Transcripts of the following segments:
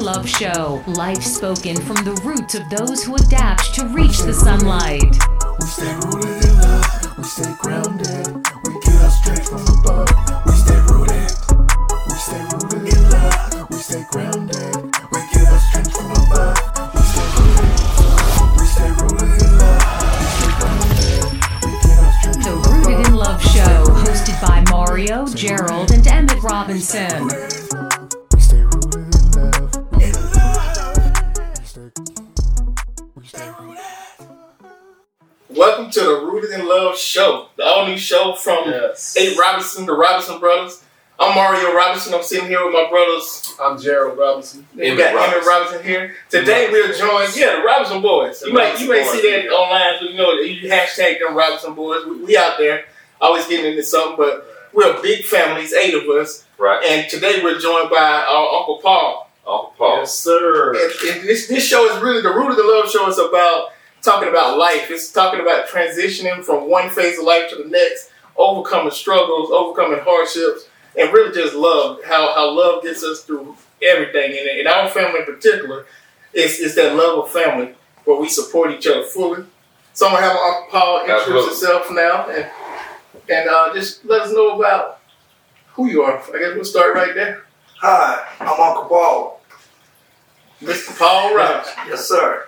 Love Show, life spoken from the roots of those who adapt to reach the sunlight. We stay rooted in love, we stay grounded, we get our strength from above. We stay rooted, we stay rooted in love, we stay grounded, we get our strength from above. We stay rooted, we stay rooted in love, we stay grounded, we get our strength The from above. Rooted in Love Show, hosted by Mario, Gerald, and Emmett Robinson. We stay rooted in love, in love. We stay, we stay rooted. Welcome to the Rooted in Love show, the all new show from Yes. Abe Robinson, the Robinson Brothers. I'm Mario Robinson. I'm sitting here with my brothers. I'm Gerald Robinson. we got Emmett Robinson here. Today we're joined, yeah, the Robinson Boys. The you might Robinson you may Boys, see that yeah. online, so you know that you hashtag them Robinson Boys. We, we out there, always getting into something, but we're a big family. It's eight of us, Right. and today we're joined by our Uncle Paul. Uncle Paul. Yes, sir. And, and this, this show is really the root of the love show is about talking about life. It's talking about transitioning from one phase of life to the next, overcoming struggles, overcoming hardships, and really just love. How how love gets us through everything. And in our family in particular, it's, it's that love of family where we support each other fully. So I'm gonna have Uncle Paul introduce Absolutely. himself now and and uh, just let us know about who you are. I guess we'll start right there. Hi, I'm Uncle Paul. Mr. Paul Rogers. Yes, sir.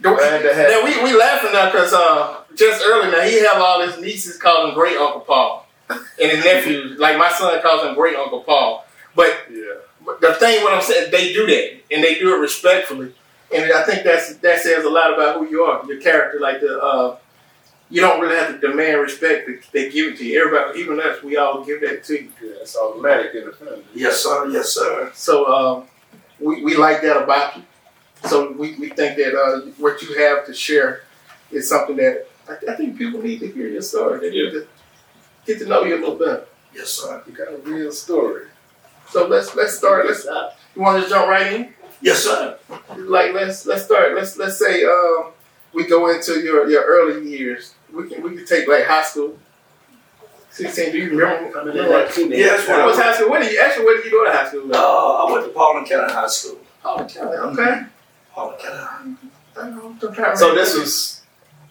Don't- Glad to have Now we we laughing now because uh, just earlier now he have all his nieces calling Great Uncle Paul and his nephews. Like my son calls him Great Uncle Paul. But, Yeah. but the thing what I'm saying, they do that and they do it respectfully. And I think that's that says a lot about who you are, your character. Like the uh, you don't really have to demand respect; they, they give it to you. Everybody, even us, we all give that to you. Yeah, it's automatic in the family. Yes, sir. Yes, sir. So um, we, we like that about you. So we, we think that uh, what you have to share is something that I, I think people need to hear your story. They need to get to know you a little better. Yes, sir. You got a real story. So let's let's start. Let's uh, you want to jump right in? Yes, sir. Like let's let's start. Let's let's say um, we go into your, your early years. We can we can take like high school. Sixteen. Do you remember? remember like, Yes, what when I was was, high school? What did you actually? What did you go to high school? With? uh, I went to Paul and Cannon High School. Oh, okay. okay. Paul and Cannon High. I don't know. I'm trying to So remember. this was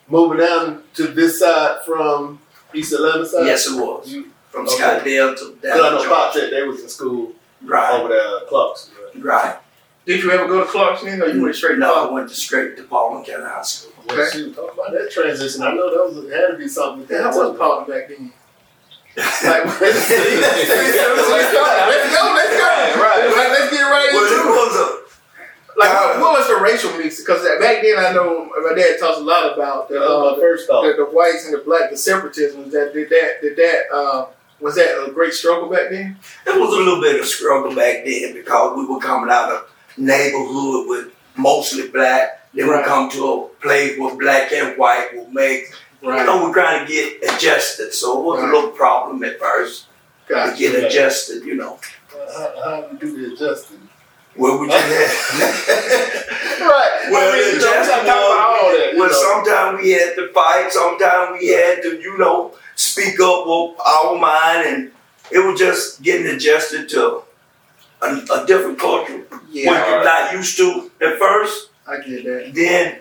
moving down to this side from East Atlanta side? Yes, it was. Mm-hmm. You- From Okay. Scottsdale to Because I know down Pop said they was in school Right. over there at Clarkson. Right? Right. Did you ever go to Clarkson or Oh, you went straight to No, I Clarkson? went to straight to Paul and Cannon High School. Well, shoot, talk about that transition. I know that was, had to be something. Yeah, I was Paul back then. Like, let's go, let's go. Right, right. Like, let's get right Well, it into it. was Like, what- what was the racial mix? Because back then, I know my dad talks a lot about the, That was uh, my first thought. the, the whites and the black, the separatism. That did that did that uh, was that a great struggle back then? a, it was a little bit of a struggle back then because we were coming out of neighborhood with mostly black. Then Right. we come to a place where black and white will make. You know, we're trying to get adjusted, so it was Right. a little problem at first. to Gotcha. get Yeah. adjusted, you know. How, how you do the adjusting? Where we just had, Right. Well, I mean, you know, just talking about all that. you well, know. sometimes we had to fight, sometimes we had to, you know, speak up with our mind, and it was just getting adjusted to a, a different culture Yeah, where you're not used to at first. I get that. Then,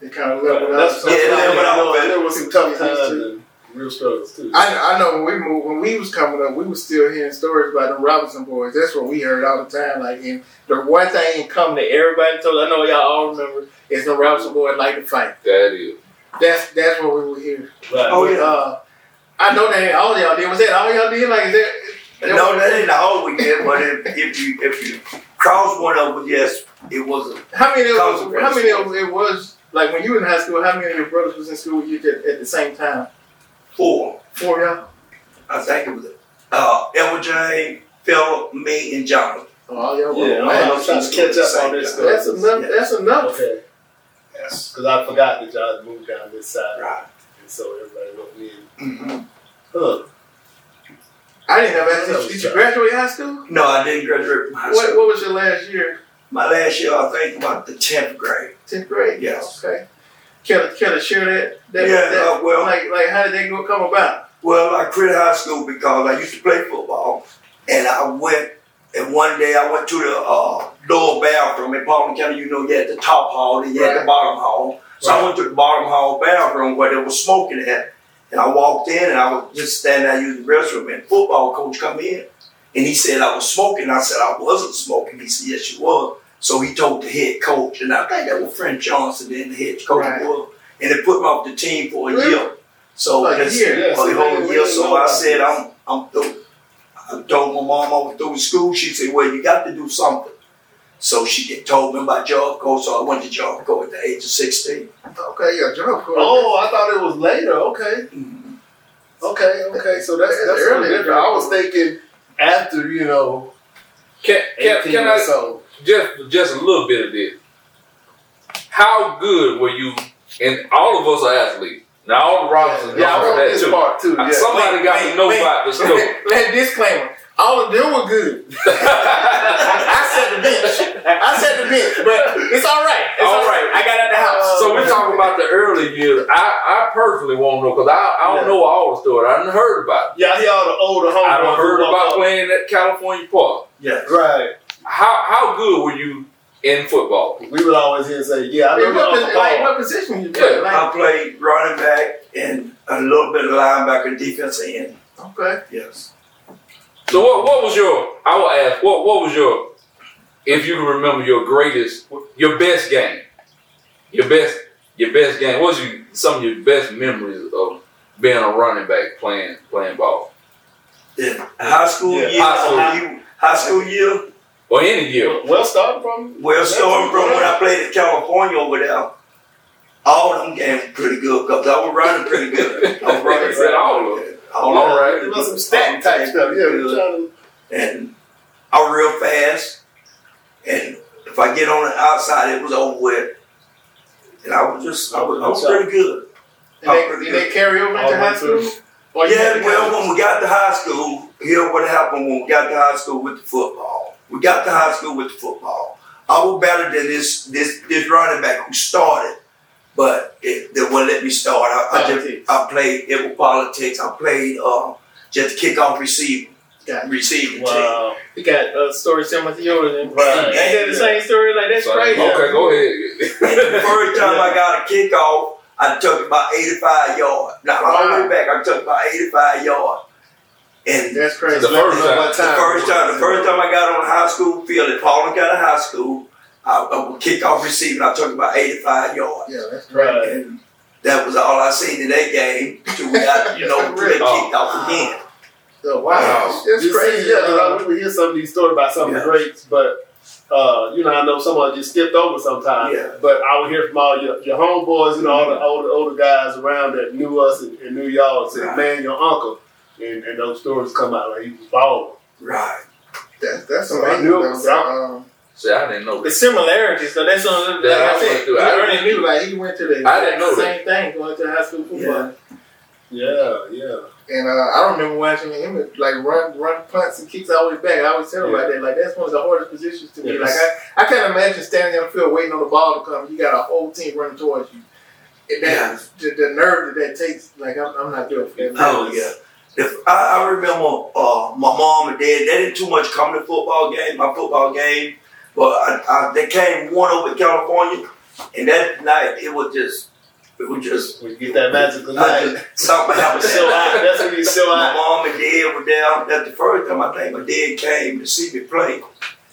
They kind of leveled up. That's Yeah, that's yeah, but I- what I know. There was some tough times and real struggles too. I, I know when we moved, when we was coming up, we was still hearing stories about the Robinson boys. That's what we heard all the time. Like, and the one thing in common that everybody told, I know y'all all remember, is the Robinson boys like to fight. That is. That's that's what we would hear. Right. Oh, yeah. Uh, I know that ain't all y'all did. Was that all y'all did? Like, is that? no, that ain't all we did, but if, if you if you cross one over, yes, it was a How many? Of, us- College how many? Of, it was like when you were in high school. How many of your brothers was in school with you at, at the same time? four. Four of y'all? I think it was uh, Edward Jane, Phil, me, and Jonathan. Oh, all y'all. were- Yeah, Wow. I'm trying to catch up on this That's stuff. enough. That's enough. Okay. Yes. Because I forgot that y'all had moved down this side, Right. and so everybody looked me in. hmm Mm-hmm. Huh. I didn't have access. Did you graduate high school? No, I didn't graduate from high What, school. what was your last year? My last year, I think, about the tenth grade. Tenth grade. Yes. Okay. Can can I share that? that Yeah, that- uh, well- like like how did that go come about? Well, I quit high school because I used to play football, and I went And one day I went to the uh, lower bathroom in Palm County. You know, you had the top hall and you had the Right. bottom hall. So I went to the bottom hall bathroom where they was smoking at. And I walked in and I was just standing there using the restroom. And football coach come in and he said I was smoking. I said I wasn't smoking. He said, yes, you was. So he told the head coach. And I think that was Frank Johnson then the head coach. Right. was. And they put him off the team for a Really? year. So Like a that's- year, yeah, for the so whole they- they year. didn't So know I about said, this. I'm, I'm through. I told my mom I was through with school. She said, well, you got to do something. So she get told me about job corps. So I went to job corps at the age of 16. Okay, yeah, jump. Oh, I thought it was later. Okay. Okay, okay. So that's that's Early really different. I was thinking after you know Can, can, eighteen can or I so. just just a little bit of this? How good were you? And all of us are athletes. Now all the Robinsons, Yeah, I known for wrote that this too. part too. Yeah. Somebody Wait, got wait, to know wait. about the story. Let disclaimer. All of them were good. I said the bench. I said the bench, but it's all right. It's all All right. right. I got out the house. So we're talking about the early years. I, I personally won't know because I, I Yeah. don't Oh, know all the story. I haven't heard about it. Yeah, I hear all the older homies. I done heard who about walk up. playing at California Park. Yeah. Right. How how good were you in football? We would always hear say, "Yeah, I Hey, remember uh, what, Uncle posi- like, Paul." what position you play? Yeah. I Like, played running back and a little bit of linebacker defense end. okay. Yes. So what what was your I will ask what what was your if you can remember your greatest your best game your best your best game what was you, some of your best memories of being a running back playing playing ball In high school Yeah, year, high school. you- high school year, or any year Well, starting from Well, starting from when I played in California over there, all them games were pretty good because I was running pretty good. I was running He said pretty all of good. All All of right. them. It was some stat type stuff. Yeah, we're trying to, And I was real fast. And if I get on the outside, it was over with. And I was just, I was, I was pretty good. did, they, did they carry over into high school? Or you had Yeah, to well, go- when we got to high school, here what happened when we got to high school with the football. We got to high school with the football. I was better than this this this running back who started, but it, they wouldn't let me start. I, I Politics. just I played it was politics. I played uh, just kickoff receiver Got receiving team. Wow. You got a story similar to yours. Right. Ain't Right. that the same story? Like, that's So, crazy. okay go And the ahead first time I got a kickoff, I took about eighty five yards. Now all the way back, I took about eighty five yards, and That's crazy. The first time. What The first time, the first time I got on the high school field at Paulding County High School, I, I would kick off receiving. I took about 85 yards. Yeah, that's Right. And that was all I seen in that game. Till we got, you know, till they kicked off again. so, Wow. wow. It's This is, crazy. yeah, 'cause uh, I remember hearing some of these stories about some of Yeah. the greats, but uh, you know, I know someone just skipped over sometimes. Yeah. But I would hear from all your, your homeboys and all Mm-hmm. the older older guys around that knew us and, and knew y'all and said, Right. "Man, your uncle," and, and those stories come out like he was balling. Right. That's that's amazing, Um, I knew it was though. out. see I didn't know The that. similarities, though, that's something Yeah, I that like I went said. through- he I already went knew, like, he went to the I didn't know same thing, going to high school football. Yeah. Yeah, yeah. And uh, I don't remember watching him like run, run punts and kicks all the way back. I always tell him about that. Like that's one of the hardest positions to me. Yes. Like I, I can't imagine standing on the field waiting on the ball to come. You got a whole team running towards you. And that the, the nerve that that takes. Like I'm, I'm not built for that. Oh, yeah. If, I, I remember uh, my mom and dad, they didn't too much come to football game, my football game, but I, I, they came one over to California, and that night it was just, it was just, We get that magical I night. just something happened. so hot. That's when he's so My hot. mom and dad were down. That's the first time I think my dad came to see me play.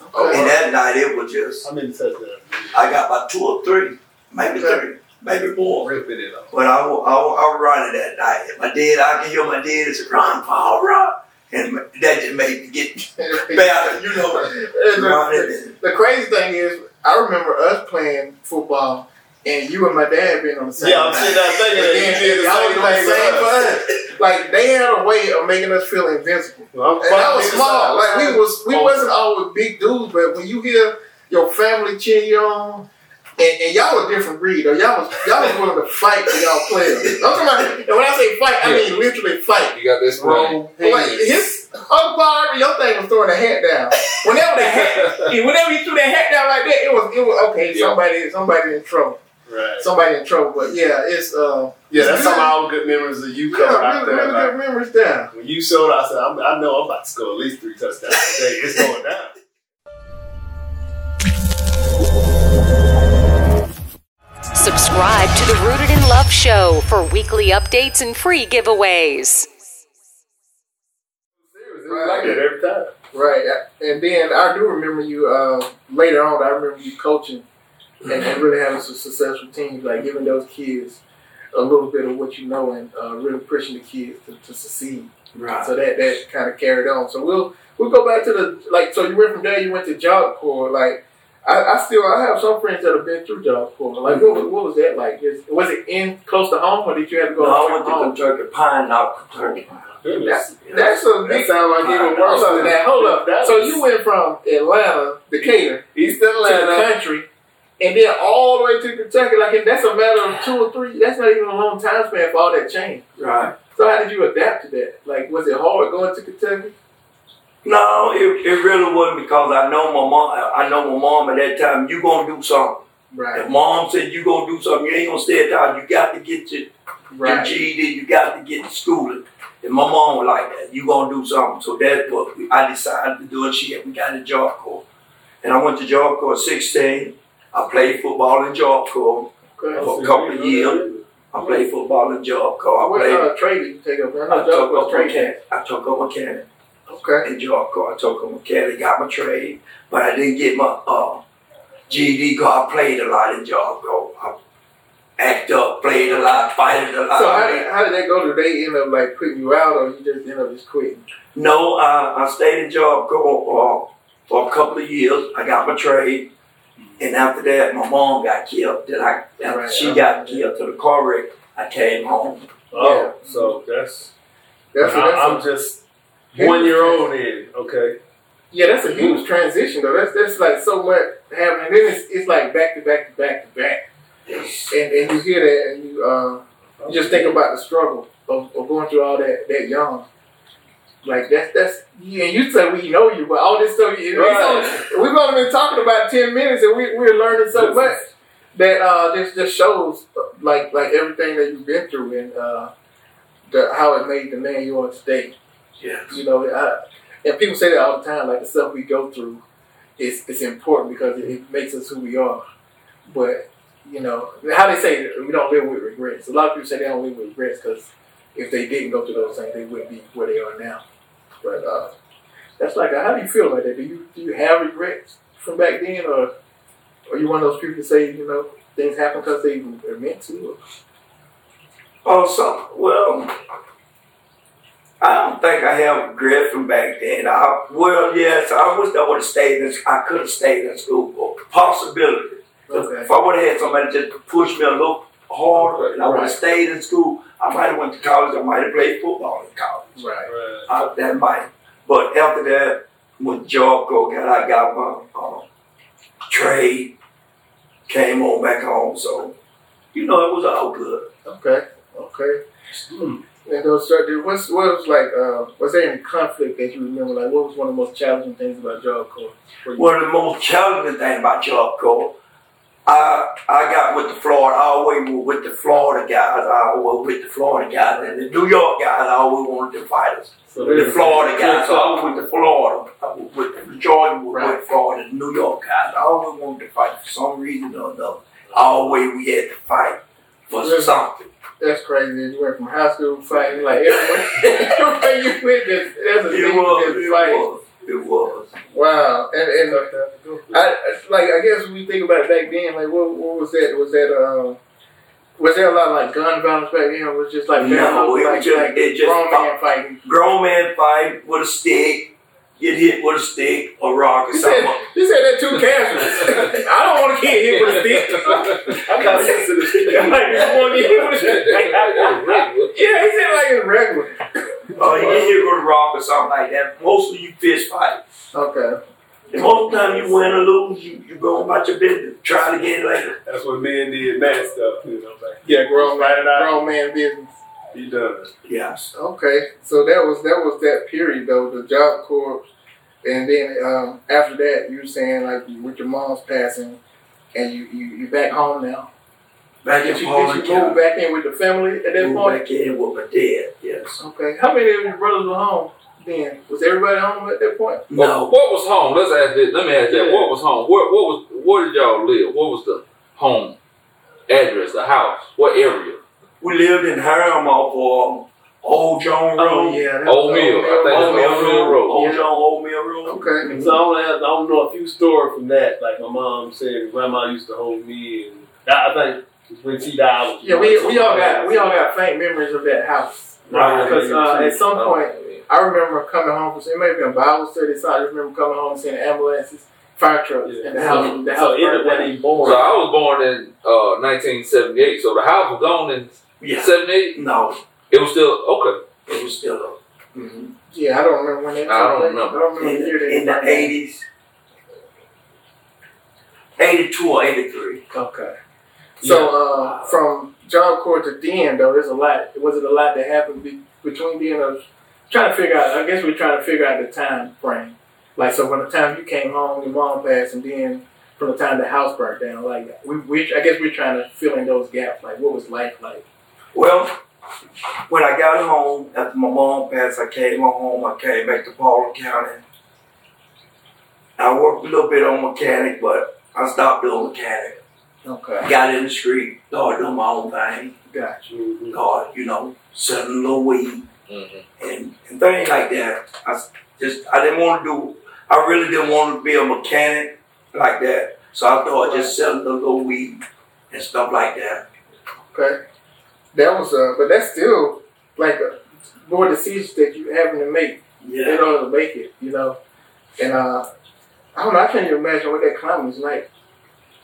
And that night it was just, I'm in such a I got about two or three, maybe three, maybe more. ripping it up But I was I, wa- I was running that night. And my dad, I could hear my dad say, run, Paul, run. And my- that just made me get better, you know. the, Running. the crazy thing is, I remember us playing football and you and my dad being on the same. Yeah, I'm team. sitting there thinking And that then you did the y'all was same on the thing with same us. bus. Like they had a way of making us feel invincible. Well, I'm And I was fucking small. Like we was we Oh. wasn't always big dudes, but when you hear your family cheer you on, and, and y'all a different breed, or y'all was y'all was willing to fight for y'all players. I'm talking about, and when I say fight, I mean literally fight. you got this right roll Like hands. his Uncle Bob, your thing was throwing a hat down. Whenever the hat, whenever he threw that hat down like that, it was it was okay. Yeah. Somebody somebody in trouble. Right. somebody in trouble. But yeah, it's uh, Yeah, it's that's good. some of our good memories of you coming yeah, out really, really there. good Like, memories there. when you showed, I said, I'm, I know I'm about to score at least three touchdowns today. It's going down. Subscribe to the Rooted in Love show for weekly updates and free giveaways. I like that every time. Right, and then I do remember you uh, later on. I remember you coaching and, and really having some successful teams, like giving those kids a little bit of what you know and uh, really pushing the kids to, to succeed. Right. So that that kind of carried on. So we'll we'll go back to the like. So you went from there. You went to Job Corps. Like I, I still I have some friends that have been through Job Corps. Like what was, what was that like? Just, was it in close to home, or did you have to go No, I went home? to Kentucky, Pine out Kentucky. Goodness. That's a big sound like even worse than that. Hold up. That so was- you went from Atlanta, Decatur, East to the Atlanta. country, and then all the way to Kentucky. Like and that's a matter of two or three. That's not even a long time span for all that change. Right. So how did you adapt to that? Like was it hard going to Kentucky? No, it, it really wasn't because I know my mom. I know my mom at that time. You gonna do something. If Right. mom said you gonna do something, you ain't gonna stay at the house. You got to get your, your Right. GED. You got to get to school. And my mom was like that. You gonna do something. So that's what we, I decided to do. And she we got a job corps, and I went to job corps at sixteen. I played football in job corps. Okay. Oh, For a couple of years. I played football in job corps. I What played. uh, trade did you take up? I I know Joe took was up trading. mechanic. I took up mechanic. Okay. in job corps. I took a mechanic, got my trade, but I didn't get my uh, GED card. I played a lot in job corps. I act up, played a lot, fighted a lot. So how did, how did that go? Did they end up like putting you out, or you just end up just quitting? no, I, I stayed in job corps uh, for a couple of years. I got my trade, and after that, my mom got killed. Then I, after Right, she I got remember killed to the car wreck. I came home. Oh, so that's. That's, I, that's I'm just one year old then. Okay. Yeah, that's a huge transition though. That's that's like so much happening. And then it's, it's like back to back to back to back. And and you hear that and you uh, you just think about the struggle of, of going through all that that young. Like that's that's yeah, and you say we know you, but all this stuff you Right. it's only- we've only been talking about ten minutes and we we're learning so This much that uh this just shows uh, like like everything that you've been through and uh the how it made the man you are today. Yeah. You know, I, and people say that all the time. Like the stuff we go through, it's it's important because it, it makes us who we are. But you know how they say that we don't live with regrets. A lot of people say they don't live with regrets because if they didn't go through those things, they wouldn't be where they are now. But uh, that's like, how do you feel about that? Do you do you have regrets from back then, or are you one of those people that say you know things happen because they were meant to? Oh, so well, I don't think I have regret from back then. I well, yes, I wish I would have stayed in. I could have stayed in school. But possibility. Or, okay, If I would have had somebody just push me a little harder, and I would have stayed in school, I might have went to college. I might have played football in college. right, Right. I, that might. But after that, when job go got, I got my um, trade. Came on back home, so you know it was all good. okay, okay. Hmm. And those surgery, what's what was like? Uh, was there any conflict that you remember? Like, what was one of the most challenging things about Job Corps? for you? One of the most challenging thing about Job Corps, I I got with the Florida. I always was with the Florida guys. I was with the Florida guys and the New York guys. I always wanted to fight us. So The there's- Florida guys. So I was with the Florida. I was with the Jordan. Was with Florida. The New York guys. I always wanted to fight for some reason or another. Always we had to fight for Really? something. That's crazy. You went from high school fighting like everywhere, everywhere you went. That's, that's a It thing was. that's It fighting. was. It was. Wow. And and I I- like I guess when we think about it back then, like what what was that? Was that um was there a lot of like gun violence back then? Or was it just like No, it like, was just- like it just- grown man fighting. Grown man fight with a stick. Get hit with a stick, a rock, or You said something. you said that too casual. I don't want to get hit with a stick. I'm not sensitive. I'm like, you want to hear what Yeah, he said like it's regular. Oh, you get hit with a rock or something like that. Mostly you fist fight. Okay. And most of the time you win or lose, you, you go about your business, try to get it later. That's what men did that stuff, you know. Like, Yeah, grown Right man, it out. grown man business. you done. Yes. Okay, so that was that was that period though, the job corps, and then um, after that, you were saying like you- with your mom's passing, and you you you back home now, Back in Did you, did Pauling you move County. back in with the family at that Moved point? back in with my dad, yes. Okay. How many of your brothers were home then? Was everybody home at that point? What, No, what was home? Let's ask this. Let me ask that. Yeah. What was home? Where, what was? Where did y'all live? What was the home address? The house? What area? we lived in Harlem off um, Old John Road. Oh, yeah. that Old was Mill. I think Old that's Mill Old Mill Road. Road. Old John, Old Mill Road. Okay. So I only have, I only know a few stories from that. Like my mom said, grandma used to hold me, and I, I think when she died, I was Yeah, we, we all got we all got faint memories of that house. Right. Because uh, at some Oh, point, I remember coming home from it may have been Bible study, so I just remember coming home and seeing ambulances, fire trucks, Yeah. and the house. The house So either burned down. when he born, So I was born in uh, 1978. So the house was gone in Yeah. 78. No, It was still okay. it was still up. hmm Yeah, I don't remember when that. I took don't place. remember. I don't In, remember the year that the- in it the burned down. 80s. 82 or 83. Okay. So uh, from job corps to DN though, there's a lot. Was it a lot that happened be- between DN? I was trying to figure out. I guess we're trying to figure out the time frame. Like so, from the time you came home, your mom passed, and then from the time the house burnt down, like we, we I guess we're trying to fill in those gaps. Like what was life like? Well, when I got home, after my mom passed, I came home, I came back to Paula County. I worked a little bit on mechanic, but I stopped doing mechanic. Okay, Got in the street, started doing my own thing. gotcha. God, you know, selling a little weed Mhm. and, and things like that. I s- just, I didn't want to do, I really didn't want to be a mechanic like that. So I thought just selling a little weed and stuff like that. Okay, that was uh, but that's still like a, more decisions that you having to make. in Yeah. order to make it, you know. And uh, I don't know, I can't even imagine what that climate was like.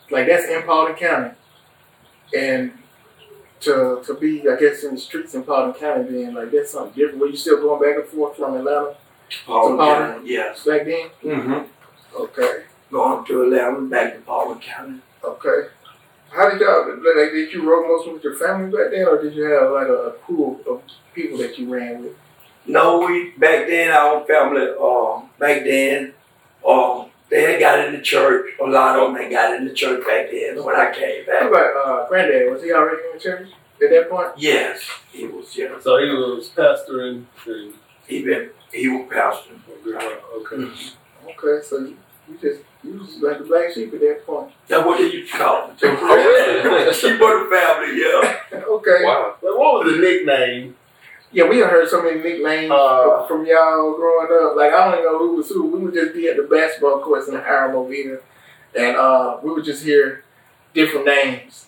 Like that's in Paulding County, and to to be, I guess, in the streets in Paulding County, then like that's something different. Were you still going back and forth from Atlanta Paula Paula. County, yes. back then? Mm-hmm. Okay, going to Atlanta, back to Baldwin County. okay. How did y'all like? Did you roll mostly with your family back then, or did you have like a, a pool of people that you ran with? No, we back then our family, uh, back then, uh, they had got in the church. A lot of them had got in the church back then when I came How back. about uh, granddad? Was he already in the church at that point? Yes, he was. Yeah, so he was pastoring. And, he been he was pastor. okay. Mm-hmm. Okay, so you you just you was like the black sheep at that point. That's what they used to call him. Oh, really? She brought the family. Yeah, Okay. Wow. Well, what was the nickname? Yeah, we done heard so many nicknames Uh, from y'all growing up. Like I don't even know who was who. We would just be at the basketball courts in the Iron Movita, and uh, we would just hear different names.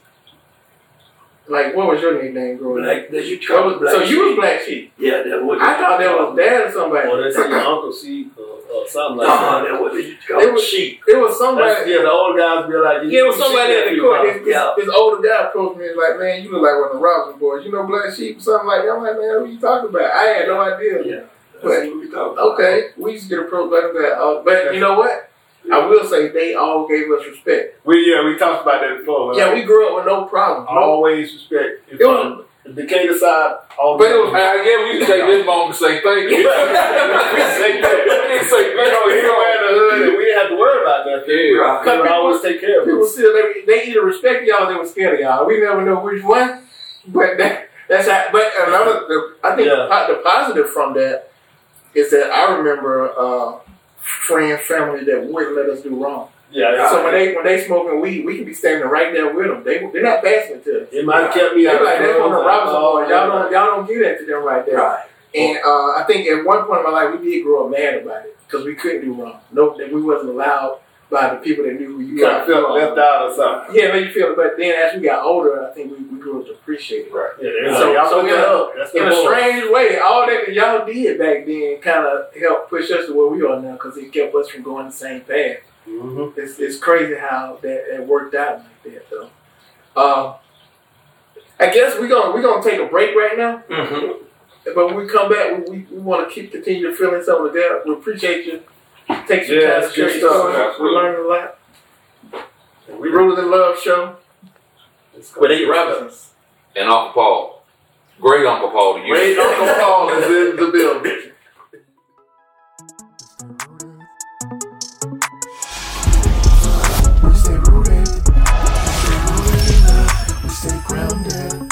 Like, what was your nickname growing up? black. They used to What call him was- black. so you was Black Sheep. Yeah, that was. I thought that was dad or somebody. Or they say your Uncle Sheep or, or something like Uh-huh, that. that was they used to They call him was- sheep. It was somebody. That's, yeah, the old guys be like, you- Yeah, it was you somebody shit at the that court. people This, this, Yeah. this older guy approached me and was like, man, you look like one of the Robin boys. You know Black Sheep or something like that. I'm like, man, what you talking about? I had no idea. Yeah, that's But- what we talked about. Okay, we used to get approached like that. Uh, but you know what? I will say they all gave us respect. We yeah, we talked about that before. Yeah, like, we grew up with no problem. No, always respect. If, It um, was- if Decatur side, all But it was- I I guess we used to take this moment to say thank you. we didn't say thank you. We didn't say we thank didn't you. have to worry about nothing. Yeah. Right. They would always take care of people us. still they, they either respect y'all or they were scared of y'all. We never know which one. But that, that's how, but another the, I think the, Yeah. po- the positive from that is that I remember uh, friend family that wouldn't let us do wrong. Yeah, So when they when they smoking weed, we can be standing right there with them. They they're not passing to us. it might have kept me They're out. like of Oh, that's one of the drugs, Robinson alcohol, boys. Y'all don't y'all don't give that to them right there. Right. And uh, I think at one point in my life, we did grow up mad about it because we couldn't do wrong. No, that we wasn't allowed by the people that knew who you You kind were. of felt left out or something. Yeah, made you feel. But then as we got older, I think we, we grew to appreciate it. Yeah, So- so, y'all so so in a- up. That's the In a boy. strange way, all that that y'all did back then kind of helped push us to where we are now because it kept us from going the same path. Mhm. It's, it's crazy how that it worked out like that though. Uh, I guess we're gonna we're gonna take a break right now. Mhm. But when we come back, we, we, we want to keep continue to fill in some of that. We appreciate you. Take your Yeah, time that's to share good your stuff. story. We Absolutely. learned a lot. We wrote Rule of the Love Show with Well, eight Robinsons. And Uncle Paul. Great Uncle Paul to you. Great Uncle Paul is in the building. We stay rooted. We stay rooted in love. We stay grounded.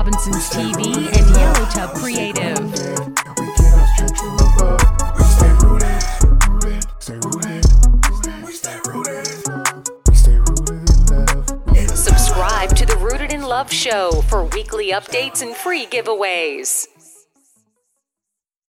Johnson's TV and Yellow Tub Creative. We get our strength from above. We stay rooted, rooted, stay rooted. We stay rooted. We stay rooted in love. Subscribe to the Rooted in Love show for weekly updates and free giveaways.